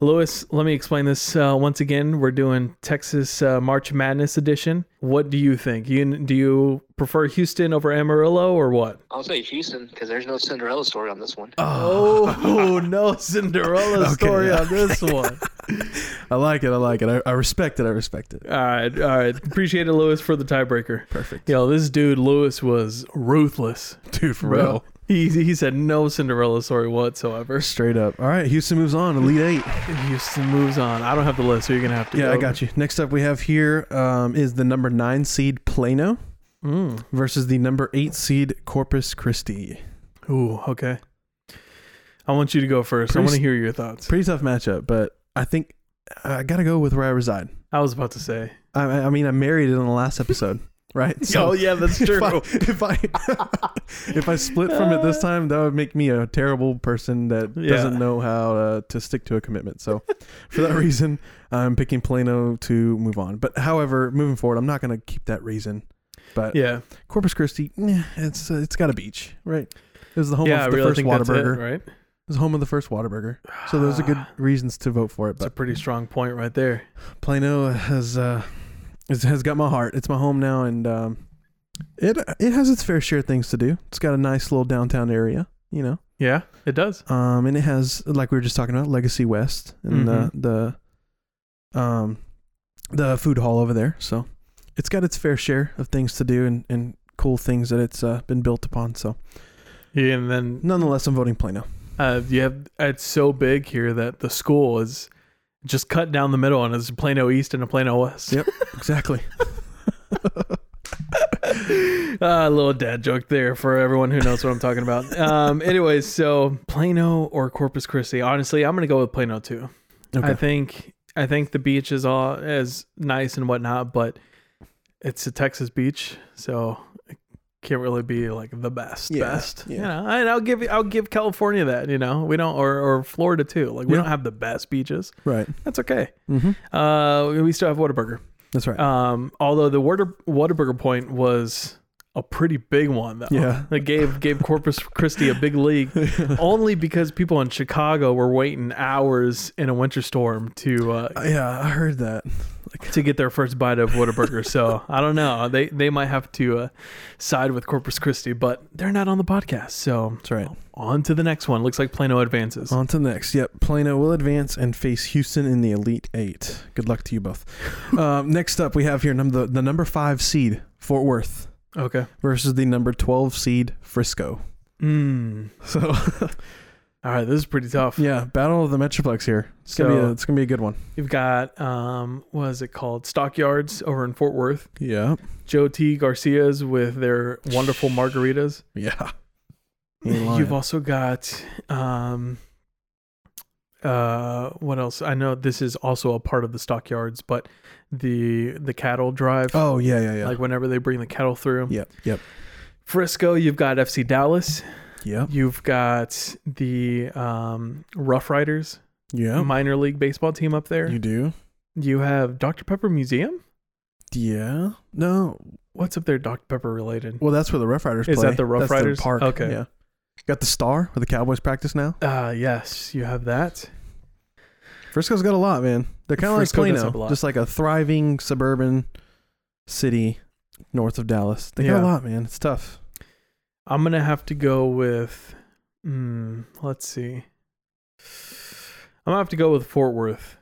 C: Lewis, let me explain this uh, once again. We're doing Texas uh, March Madness edition. What do you think? You do you prefer Houston over Amarillo or what?
G: I'll say Houston because there's no Cinderella story on this one.
C: Oh no, Cinderella
A: Okay.
C: story on this one.
A: I like it. I like it. I, I respect it. I respect it.
C: All right, all right. Appreciate it, Lewis, for the tiebreaker.
A: Perfect.
C: Yo, this dude Lewis was ruthless,
A: Dude, for
C: bro.
A: real.
C: He he said no Cinderella story whatsoever.
A: Straight up. All right, Houston moves on. Elite eight.
C: Houston moves on. I don't have the list, so you're gonna have to.
A: Yeah, I got you. Next up, we have here um, is the number nine seed Plano
C: Mm.
A: versus the number eight seed Corpus Christi.
C: Ooh, okay. I want you to go first. I
A: Pretty
C: want to
A: s-
C: hear your thoughts.
A: Pretty tough matchup, but I think I gotta go with where I reside.
C: I was about to say.
A: I, I mean, I married it in the last episode, right?
C: oh yeah, that's
A: If
C: true.
A: I if I, if I split from it this time, that would make me a terrible person that
C: Yeah.
A: doesn't know how uh, to stick to a commitment. So, for that reason, I'm picking Plano to move on. But however, moving forward, I'm not going to keep that reason. But
C: yeah,
A: Corpus Christi, eh, it's uh, it's got a beach, right? It was the home
C: yeah. I
A: of the
C: really
A: first
C: think that's it,
A: Whataburger. It,
C: right?
A: was home of the first Whataburger. So those are good reasons to vote for it.
C: It's a
A: But
C: pretty strong point right there.
A: Plano has uh, is, has got my heart. It's my home now, and um, it it has its fair share of things to do. It's got a nice little downtown area, you know,
C: Yeah, it does.
A: um, and it has like we were just talking about Legacy West and the the um the food hall over there. So it's got its fair share of things to do and and cool things that it's uh, been built upon. So
C: Yeah, and then
A: nonetheless, I'm voting Plano.
C: uh, you have it's so big here that the school is just cut down the middle, and it's a Plano East and a Plano West.
A: Yep, exactly.
C: Uh, a little dad joke there for everyone who knows what I'm talking about. Um, anyways, so Plano or Corpus Christi? Honestly, I'm gonna go with Plano too. I think I think the beach is all as nice and whatnot, but it's a Texas beach, so it can't really be like the best.
A: Yeah,
C: best, you
A: yeah.
C: know. And I'll give I'll give California that. You know, we don't or or Florida too. Like we
A: Yeah.
C: don't have the best beaches.
A: right.
C: That's okay.
A: Mm-hmm.
C: Uh, we- we still have Whataburger.
A: That's right.
C: Um, although the Water Whataburger point was a pretty big one though.
A: Yeah.
C: That gave gave Corpus Christi a big league only because people in Chicago were waiting hours in a winter storm to uh,
A: yeah, I heard that. Catholic.
C: to get their first bite of Whataburger. so I don't know. They they might have to uh, side with Corpus Christi, but they're not on the podcast. So
A: That's right.
C: on to the next one. Looks like Plano advances.
A: On to the next. Yep, Plano will advance and face Houston in the Elite Eight. Good luck to you both. um, next up, we have here number the number five seed Fort Worth
C: Okay.
A: versus the number twelve seed Frisco.
C: Mm.
A: So
C: All right. This is pretty tough.
A: yeah, battle of the Metroplex here. It's gonna be a,
C: So-
A: it's gonna be a good one.
C: You've got um, what is it called? Stockyards over in Fort Worth.
A: Yeah,
C: Joe T. Garcia's with their wonderful margaritas.
A: yeah.
C: You've also got um uh what else? I know this is also a part of the stockyards, but the the cattle drive.
A: oh yeah yeah yeah
C: Like whenever they bring the cattle through.
A: yep yep
C: Frisco, you've got FC Dallas.
A: yep
C: You've got the um Rough Riders
A: yep.
C: minor league baseball team up there.
A: You
C: You,
A: do
C: have Dr. Pepper Museum?
A: yeah no
C: What's up there Dr. Pepper related?
A: well that's where the Rough Riders
C: Is
A: play.
C: that the Rough
A: That's
C: Riders?
A: park
C: Okay.
A: yeah. Got the star where the Cowboys practice now.
C: Uh yes, you have that.
A: Frisco's got a lot, man. They're kind of like
C: Frisco does have a
A: Plano,
C: lot.
A: just like a thriving suburban city north of Dallas. They got a
C: Yeah.
A: lot, man. It's tough.
C: I'm gonna have to go with. Mm, let's see. I'm gonna have to go with Fort Worth.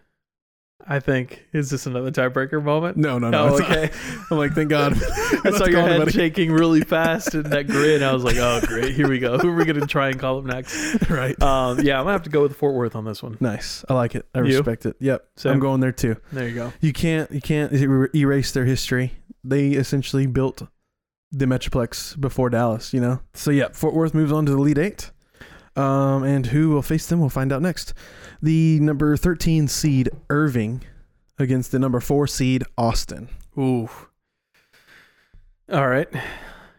C: I think. Is this another tiebreaker moment?
A: No, no,
C: Oh,
A: it's not-
C: okay.
A: I'm like, thank God.
C: I saw your head
A: buddy.
C: shaking really fast in that grin. I was like, oh great, here we go. Who are we gonna try and call up next?
A: right.
C: Um, yeah, I'm gonna have to go with Fort Worth on this one.
A: nice. I like it. I
C: You?
A: respect it. Yep.
C: Same.
A: I'm going there too.
C: There you go.
A: You can't. You can't er- erase their history. They essentially built the Metroplex before Dallas. You know. So yeah, Fort Worth moves on to the lead eight. Um, and who will face them? We'll find out next. The number thirteen seed Irving against the number four seed Austin.
C: Ooh. All right.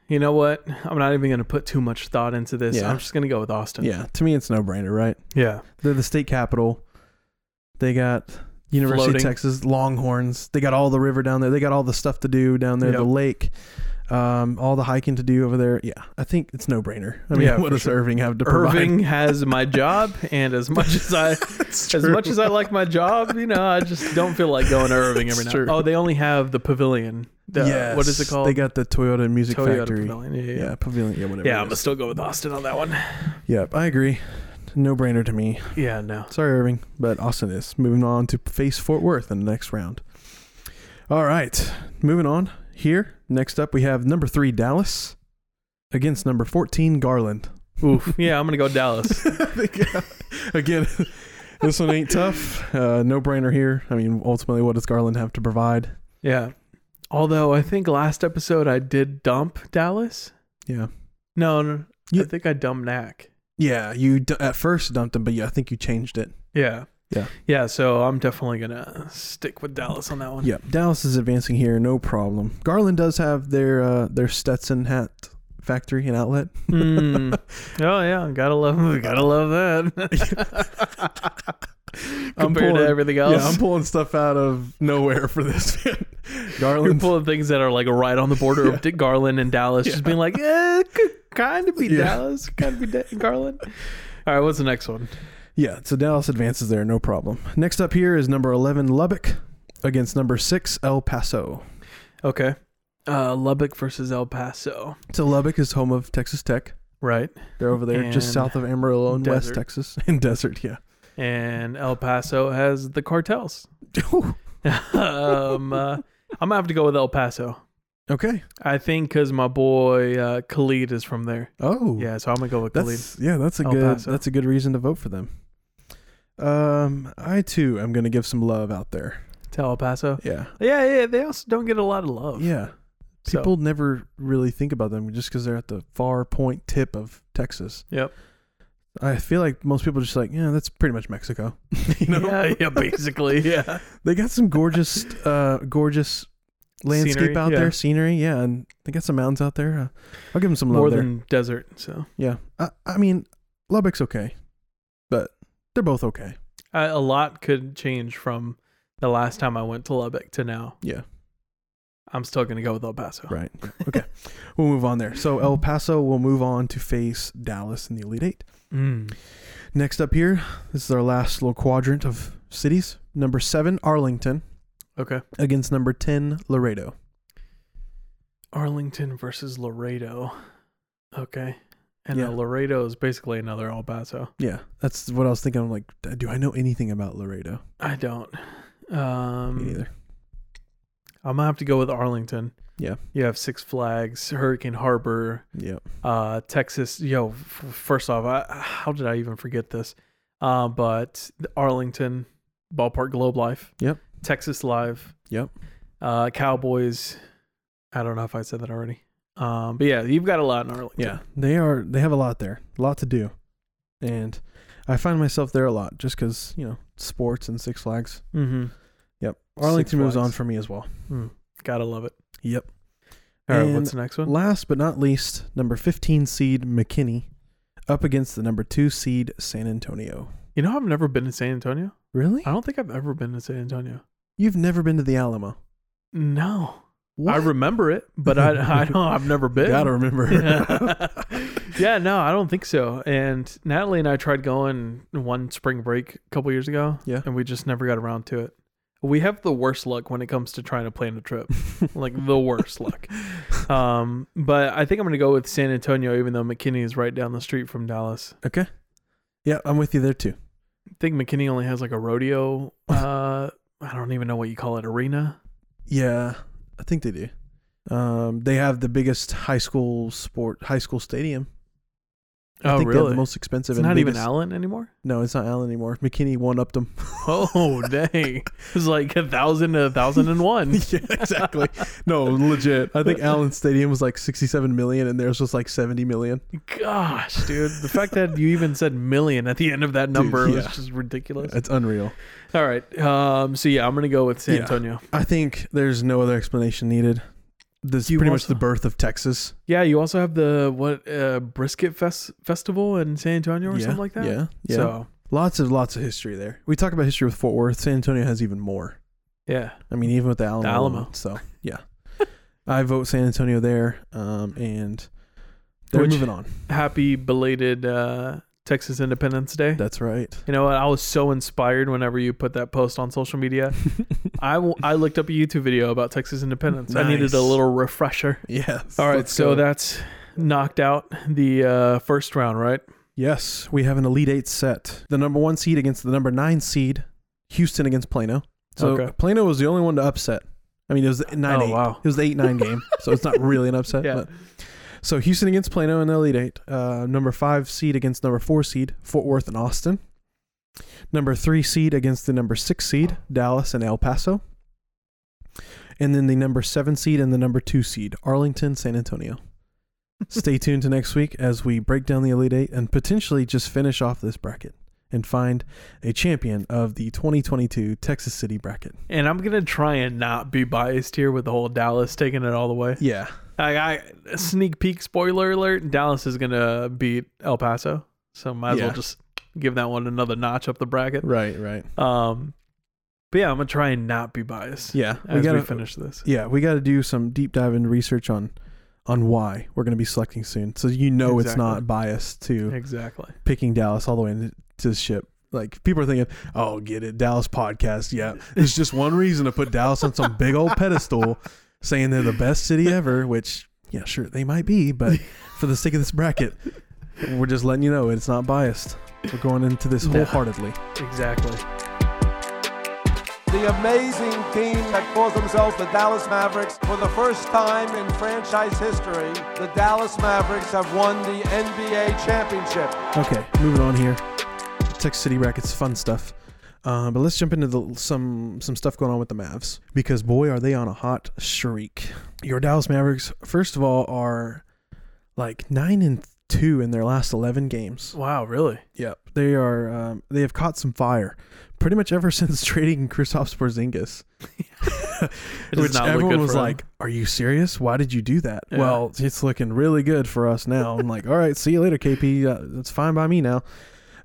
C: You know what? I'm not even gonna put too much thought into this.
A: Yeah.
C: I'm just gonna go with Austin.
A: Yeah, to me it's no brainer, right?
C: Yeah.
A: They're the state capital. They got University
C: Floating.
A: of Texas Longhorns. They got all the river down there. They got all the stuff to do down there, the
C: Yep.
A: lake, um, all the hiking to do over there. Yeah, I think it's no brainer. I mean,
C: Yeah,
A: what
C: for
A: does
C: sure.
A: Irving have to provide?
C: Irving has my job, and as much as I, as much as I like my job, you know, I just don't feel like going to Irving every night.
A: true.
C: Oh, they only have the pavilion. The, uh, What is it
A: Yes,
C: called?
A: They got the Toyota Music
C: Toyota
A: Factory.
C: Pavilion. Yeah, yeah.
A: Yeah,
C: yeah.
A: pavilion. Yeah, whatever.
C: Yeah, I'm
A: it
C: gonna
A: is.
C: still go with Austin on that one.
A: Yeah, I agree. No brainer to me.
C: Yeah, no.
A: Sorry, Irving, but Austin is moving on to face Fort Worth in the next round. All right, moving on here. Next up, we have number three Dallas against number fourteen Garland.
C: Oof. Yeah, I'm gonna go Dallas.
A: Again, this one ain't tough. Uh, no brainer here. I mean, ultimately, what does Garland have to provide?
C: yeah. Although I think last episode I did dump Dallas.
A: Yeah,
C: No, no.
A: You-
C: I think I dumped Knack.
A: yeah. You d- at first dumped him, but yeah, I think you changed it.
C: Yeah.
A: Yeah.
C: Yeah. So I'm definitely gonna stick with Dallas on that one.
A: Yeah, Dallas is advancing here, no problem. Garland does have their uh, their Stetson hat factory and outlet.
C: Mm. Oh yeah, gotta love, gotta love that.
A: I'm
C: Compared to
A: pulling-
C: everything else,
A: Yeah, I'm pulling stuff out of nowhere for this man.
C: you're
A: Garland.
C: pulling things that are like right on the border of Dick Garland and Dallas, just being like, eh, it could kind of be
A: Yeah.
C: Dallas, kind of be Dick Garland. All right, what's the next one?
A: yeah, so Dallas advances there, no problem. Next up here is number 11 Lubbock against number 6 El Paso.
C: Okay, uh, Lubbock versus El Paso,
A: So Lubbock is home of Texas Tech.
C: right?
A: They're over there just
C: And
A: south of Amarillo in West
C: desert.
A: Texas in desert, yeah.
C: And El Paso has the cartels. um, uh, I'm gonna have to go with El Paso.
A: okay.
C: I think because my boy uh, Khalid is from there.
A: Oh.
C: Yeah, so I'm gonna go with Khalid.
A: That's yeah, that's a
C: El
A: good
C: Paso.
A: that's a good reason to vote for them. Um I too am going to give some love out there.
C: to El Paso.
A: Yeah.
C: Yeah, yeah. They also don't get a lot of love.
A: Yeah.
C: So-
A: People never really think about them just because they're at the far point tip of Texas.
C: Yep.
A: I feel like most people are just like, yeah, that's pretty much Mexico. you know?
C: Yeah, yeah, basically, yeah.
A: They got some gorgeous, uh, gorgeous landscape
C: Scenery,
A: out
C: yeah.
A: there, scenery. Yeah, and they got some mountains out there. Uh, I'll give them some love
C: More
A: there.
C: than desert. So
A: yeah, I, I mean, Lubbock's okay, but they're both okay.
C: I, a lot could change from the last time I went to Lubbock to now.
A: Yeah,
C: I'm still gonna go with El Paso.
A: right. Okay, we'll move on there. So El Paso will move on to face Dallas in the Elite Eight.
C: Mm.
A: Next up here, this is our last little quadrant of cities. Number seven, Arlington
C: Okay.
A: against number 10, Laredo.
C: Arlington versus Laredo. Okay. And
A: Yeah.
C: now Laredo is basically another El Paso.
A: Yeah, that's what I was thinking. I'm like, "D- do I know anything about Laredo?
C: I don't.
A: Me
C: Um,
A: neither.
C: I'm gonna have to go with Arlington.
A: Yeah.
C: You have Six Flags, Hurricane Harbor,
A: Yeah.
C: uh, Texas. Yo, f- first off, I, how did I even forget this? Uh, but the Arlington, Ballpark Globe Life.
A: Yep.
C: Texas Live.
A: Yep.
C: Uh, Cowboys. I don't know if I said that already. Um, but yeah, you've got a lot in Arlington.
A: Yeah, they are. They have a lot there, a lot to do, and I find myself there a lot just because you know sports and Six Flags.
C: Mm-hmm.
A: Yep,
C: Six
A: Arlington moves
C: Flags.
A: on for me as well.
C: Gotta love it.
A: Yep.
C: All right,
A: And
C: what's the next one?
A: Last but not least, number 15 seed McKinney up against the number two seed San Antonio.
C: You know, I've never been to San Antonio.
A: Really?
C: I don't think I've ever been to San Antonio.
A: You've never been to the Alamo?
C: No.
A: What?
C: I remember it, but I I don't I've never been.
A: Gotta remember.
C: yeah. Yeah, no, I don't think so. And Natalie and I tried going one spring break a couple years ago.
A: Yeah.
C: And we just never got around to it. We have the worst luck when it comes to trying to plan a trip. like the worst luck. Um, but I think I'm gonna go with San Antonio, even though McKinney is right down the street from Dallas.
A: Okay. Yeah, I'm with you there too.
C: I think McKinney only has like a rodeo uh I don't even know what you call it, arena.
A: Yeah, I think they do. Um, they have the biggest high school sport, high school stadium. I
C: oh
A: think They have
C: really?
A: the most expensive.
C: it's
A: and
C: not even
A: biggest-
C: Allen anymore.
A: No, it's not Allen anymore. McKinney one upped them.
C: Oh dang! It's like a thousand to a thousand and one.
A: yeah, exactly. No, legit. I think Allen Stadium was like 67 million, and theirs was like 70 million.
C: Gosh, dude, the fact that you even said million at the end of that number was
A: yeah.
C: just ridiculous.
A: It's unreal.
C: All right, um, so yeah, I'm gonna go with San
A: Yeah.
C: Antonio.
A: I think there's no other explanation needed. This is
C: You
A: pretty much
C: also-
A: the birth of Texas.
C: Yeah, you also have the what uh, brisket fest festival in San Antonio or
A: yeah,
C: something like that.
A: Yeah, yeah.
C: So
A: lots of lots of history there. We talk about history with Fort Worth. San Antonio has even more.
C: yeah,
A: I mean, even with the Alamo.
C: Alamo.
A: So yeah, I vote San Antonio there, um, and they're
C: Which-
A: moving on.
C: happy belated uh, Texas Independence Day.
A: That's right.
C: You know what? I was so inspired whenever you put that post on social media. I, w- I looked up a YouTube video about Texas independence. I needed
A: Nice.
C: a little refresher.
A: Yes.
C: All right,
A: let's
C: so
A: go.
C: that's knocked out the uh, first round, right?
A: yes, we have an elite eight set. The number one seed against the number nine seed, Houston against Plano. So
C: Okay.
A: Plano was the only one to upset. I mean, it was the nine
C: Oh,
A: eight.
C: wow.
A: It was the eight nine game, so it's not really an upset.
C: Yeah.
A: But. So Houston against Plano in the elite eight. Uh, number five seed against number four seed Fort Worth and Austin. Number three seed against the number six seed Dallas and El Paso. And then the number seven seed and the number two seed Arlington, San Antonio. Stay tuned to next week as we break down the elite eight and potentially just finish off this bracket and find a champion of the 2022 Texas City bracket.
C: And I'm gonna try and not be biased here with the whole Dallas taking it all the way.
A: Yeah.
C: I, I sneak peek spoiler alert: Dallas is gonna beat El Paso, so might as
A: Yeah.
C: well just give that one another notch up the bracket.
A: Right. Right.
C: Um, but yeah, I'm gonna try and not be biased.
A: Yeah.
C: as we finish this.
A: yeah, we got to do some deep dive and research on on why we're going to be selecting soon. So you know it's
C: Exactly.
A: not biased to
C: Exactly.
A: picking Dallas all the way into to the ship. Like people are thinking, "Oh, get it, Dallas podcast." Yeah, there's just one reason to put Dallas on some big old pedestal, saying they're the best city ever. Which, yeah, sure they might be, but for the sake of this bracket, we're just letting you know it's not biased. We're going into this
C: Yeah.
A: wholeheartedly.
C: Exactly.
H: The amazing team that calls themselves the Dallas Mavericks. For the first time in franchise history, the Dallas Mavericks have won the NBA championship.
A: Okay, moving on here. Texas City brackets, fun stuff. Uh, but let's jump into the, some some stuff going on with the Mavs because boy, are they on a hot streak. Your Dallas Mavericks, first of all, are like nine and two in their last eleven games.
C: Wow, really?
A: Yep, they are. Um, they have caught some fire, pretty much ever since trading Kristaps Porzingis,
C: It does
A: which
C: not look
A: everyone
C: good
A: was
C: for him.
A: like, "Are you serious? Why did you do that?"
C: Yeah.
A: Well, it's looking really good for us now. I'm like, "All right, see you later, KP. Uh, that's fine by me now."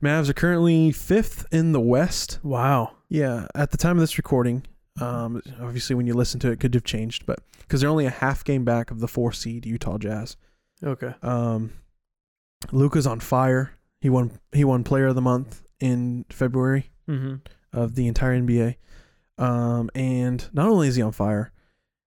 A: Mavs are currently fifth in the West.
C: "Wow,
A: Yeah, at the time of this recording, um, obviously when you listen to it, it could have changed, but because they're only a half game back of the four seed Utah Jazz.
C: okay,
A: Um, Luca's on fire. He won. He won Player of the Month in February
C: mm-hmm.
A: of the entire NBA. Um, and not only is he on fire,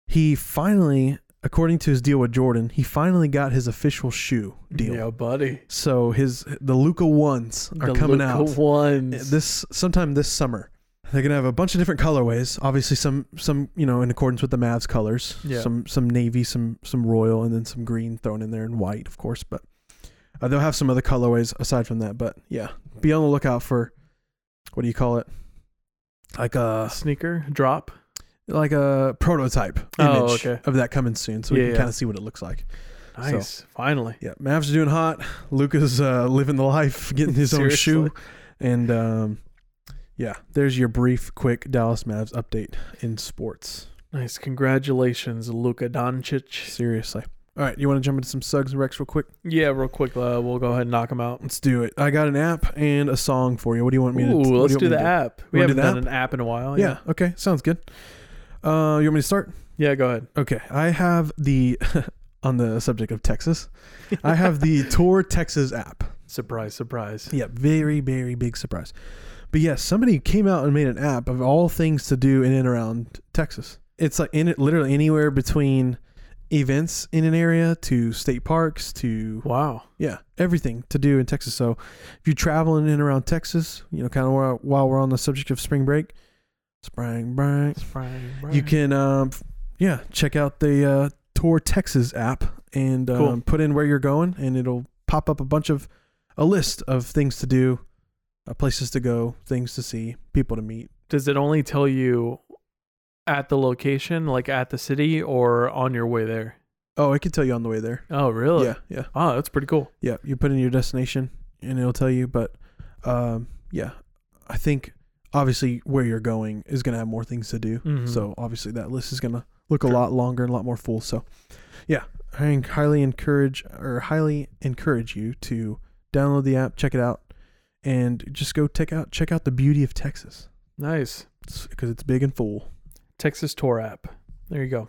A: he finally, according to his deal with Jordan, he finally got his official shoe deal.
C: Yeah, buddy.
A: So his the Luca ones are
C: The
A: coming
C: Luka
A: out
C: ones.
A: this sometime this summer. They're gonna have a bunch of different colorways. Obviously, some some you know in accordance with the Mavs colors.
C: Yeah.
A: Some some navy, some some royal, and then some green thrown in there and white, of course. But uh, they'll have some other colorways aside from that. But yeah, be on the lookout for what do you call it? Like a
C: sneaker drop.
A: like a prototype image
C: Oh, okay.
A: of that coming soon, so
C: Yeah,
A: we can
C: yeah.
A: kind of see what it looks like.
C: Nice. Finally.
A: Yeah, Mavs are doing hot. Luca's uh, living the life, getting his own shoe,
C: Seriously.
A: and um, yeah, there's your brief, quick Dallas Mavs update in sports.
C: Nice. Congratulations, Luka Doncic.
A: Seriously. All right, you want to jump into some Suggs and Rex real quick?
C: Yeah, real quick, uh, we'll go ahead and knock him out.
A: Let's do it. I got an app and a song for you. What do you want me to?
C: Ooh,
A: what
C: let's
A: you want
C: do
A: me
C: the
A: to
C: app. We
A: Wanna do
C: haven't
A: the
C: done
A: app?
C: an app in a while.
A: Yeah. Okay. Sounds good. Uh, you want me to start?
C: Yeah, go ahead.
A: Okay. I have the on the subject of Texas. I have the Tour Texas app.
C: Surprise, surprise.
A: Yeah, very, very big surprise. But yeah, somebody came out and made an app of all things to do in and around Texas. It's like in it literally anywhere between events in an area to state parks to
C: Wow.
A: yeah, everything to do in Texas. So if you're traveling in and around Texas, you know, kind of while, while we're on the subject of spring break, spring break, you can um, f- yeah check out the uh, tour texas app and um,
C: Cool.
A: put in where you're going and it'll pop up a bunch of a list of things to do uh, places to go things to see people to meet
C: Does it only tell you at the location, like at the city, or on your way there?
A: oh it can tell you on the way there
C: Oh, really?
A: yeah yeah
C: Oh, that's pretty cool.
A: yeah you put in your destination and it'll tell you but um, yeah i think obviously where you're going is going to have more things to do
C: Mhm.
A: so obviously that list is going to look a lot longer and a lot more full so yeah i en- highly encourage or highly encourage you to download the app check it out and just go check out check out the beauty of texas
C: Nice.
A: because it's big and full
C: Texas Tour app. There you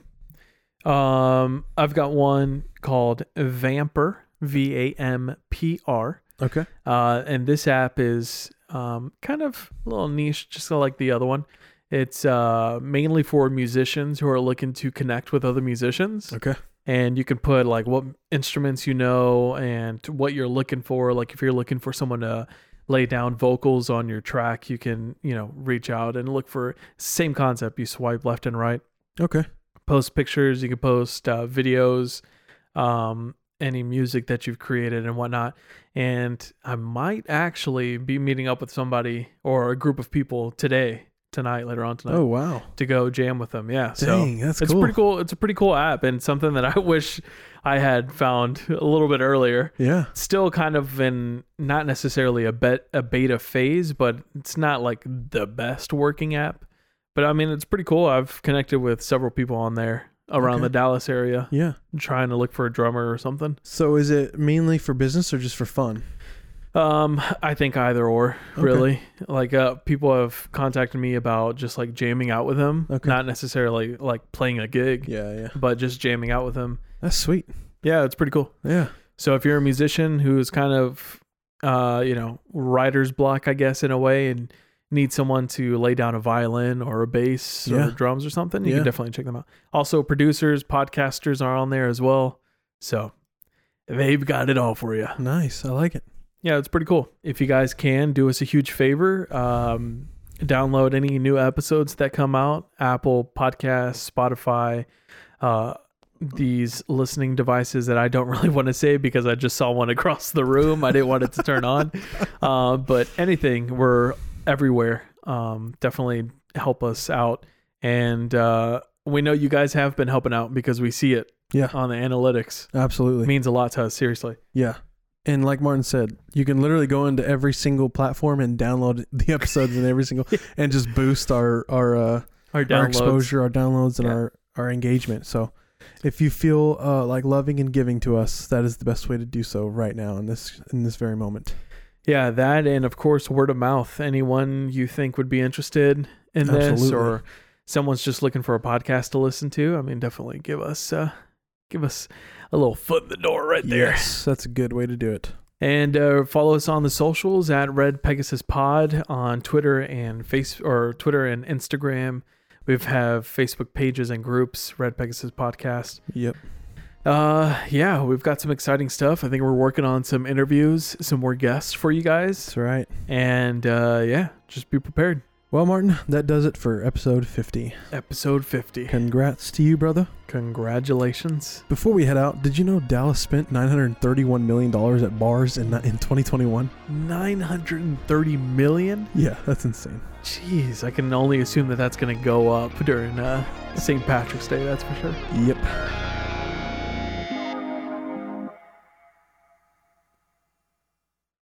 C: go. Um, I've got one called Vamper, V A M P R.
A: okay
C: Uh, and this app is um, kind of a little niche, just like the other one. It's uh, mainly for musicians who are looking to connect with other musicians.
A: okay
C: And you can put like what instruments you know and what you're looking for. Like if you're looking for someone to lay down vocals on your track, you can, you know, reach out and look for same concept. You swipe left and right
A: okay
C: post pictures you can post uh, videos um, any music that you've created and whatnot and i might actually be meeting up with somebody or a group of people today tonight later on tonight
A: oh wow
C: to go jam with them yeah
A: Dang,
C: so
A: that's
C: it's
A: cool.
C: pretty cool it's a pretty cool app and something that i wish i had found a little bit earlier
A: yeah
C: still kind of in not necessarily a bet a beta phase, but it's not like the best working app. But I mean, it's pretty cool. I've connected with several people on there around
A: Okay.
C: the Dallas area,
A: yeah
C: trying to look for a drummer or something.
A: so is it mainly for business or just for fun
C: Um, I think either or really. Like, uh, people have contacted me about just like jamming out with them,
A: Okay.
C: not necessarily like playing a gig,
A: yeah yeah
C: but just jamming out with them.
A: that's sweet
C: Yeah, it's pretty cool.
A: yeah
C: So if you're a musician who's kind of, uh, you know, writer's block, I guess, in a way, and need someone to lay down a violin or a bass
A: Yeah.
C: or drums or something, you
A: Yeah.
C: can definitely check them out. Also, producers, podcasters are on there as well. So they've got it all for you.
A: nice i like it
C: Yeah, it's pretty cool. If you guys can, do us a huge favor. Um, download any new episodes that come out Apple Podcasts, Spotify, uh, these listening devices that I don't really want to say because I just saw one across the room. I didn't want it to turn on. Uh, but anything, we're everywhere. Um, definitely help us out. And uh, we know you guys have been helping out because we see it
A: Yeah.
C: on the analytics.
A: absolutely
C: It means a lot to us, seriously.
A: Yeah. And like Martin said, you can literally go into every single platform and download the episodes in every single and just boost our our uh,
C: Our,
A: our
C: downloads.
A: exposure, our downloads, and
C: Yeah.
A: our our engagement. So if you feel uh, like loving and giving to us, that is the best way to do so right now in this in this very moment.
C: Yeah, that and of course word of mouth. Anyone you think would be interested in this
A: Absolutely.
C: or someone's just looking for a podcast to listen to, I mean definitely give us uh give us a little foot in the door right there.
A: Yes, that's a good way to do it.
C: And uh, follow us on the socials at Red Pegasus Pod on Twitter and face or Twitter and Instagram. We have Facebook pages and groups, Red Pegasus Podcast.
A: Yep.
C: Uh, yeah, we've got some exciting stuff. I think we're working on some interviews, some more guests for you guys,
A: That's right.
C: and uh, yeah, just be prepared.
A: Well, Martin, that does it for episode 50.
C: Episode fifty.
A: Congrats to you, brother.
C: Congratulations.
A: Before we head out, did you know Dallas spent $931 million at bars in, in 2021?
C: 930 million?
A: Yeah, that's insane.
C: Jeez, I can only assume that that's going to go up during uh, St. Patrick's Day, that's for sure.
A: Yep.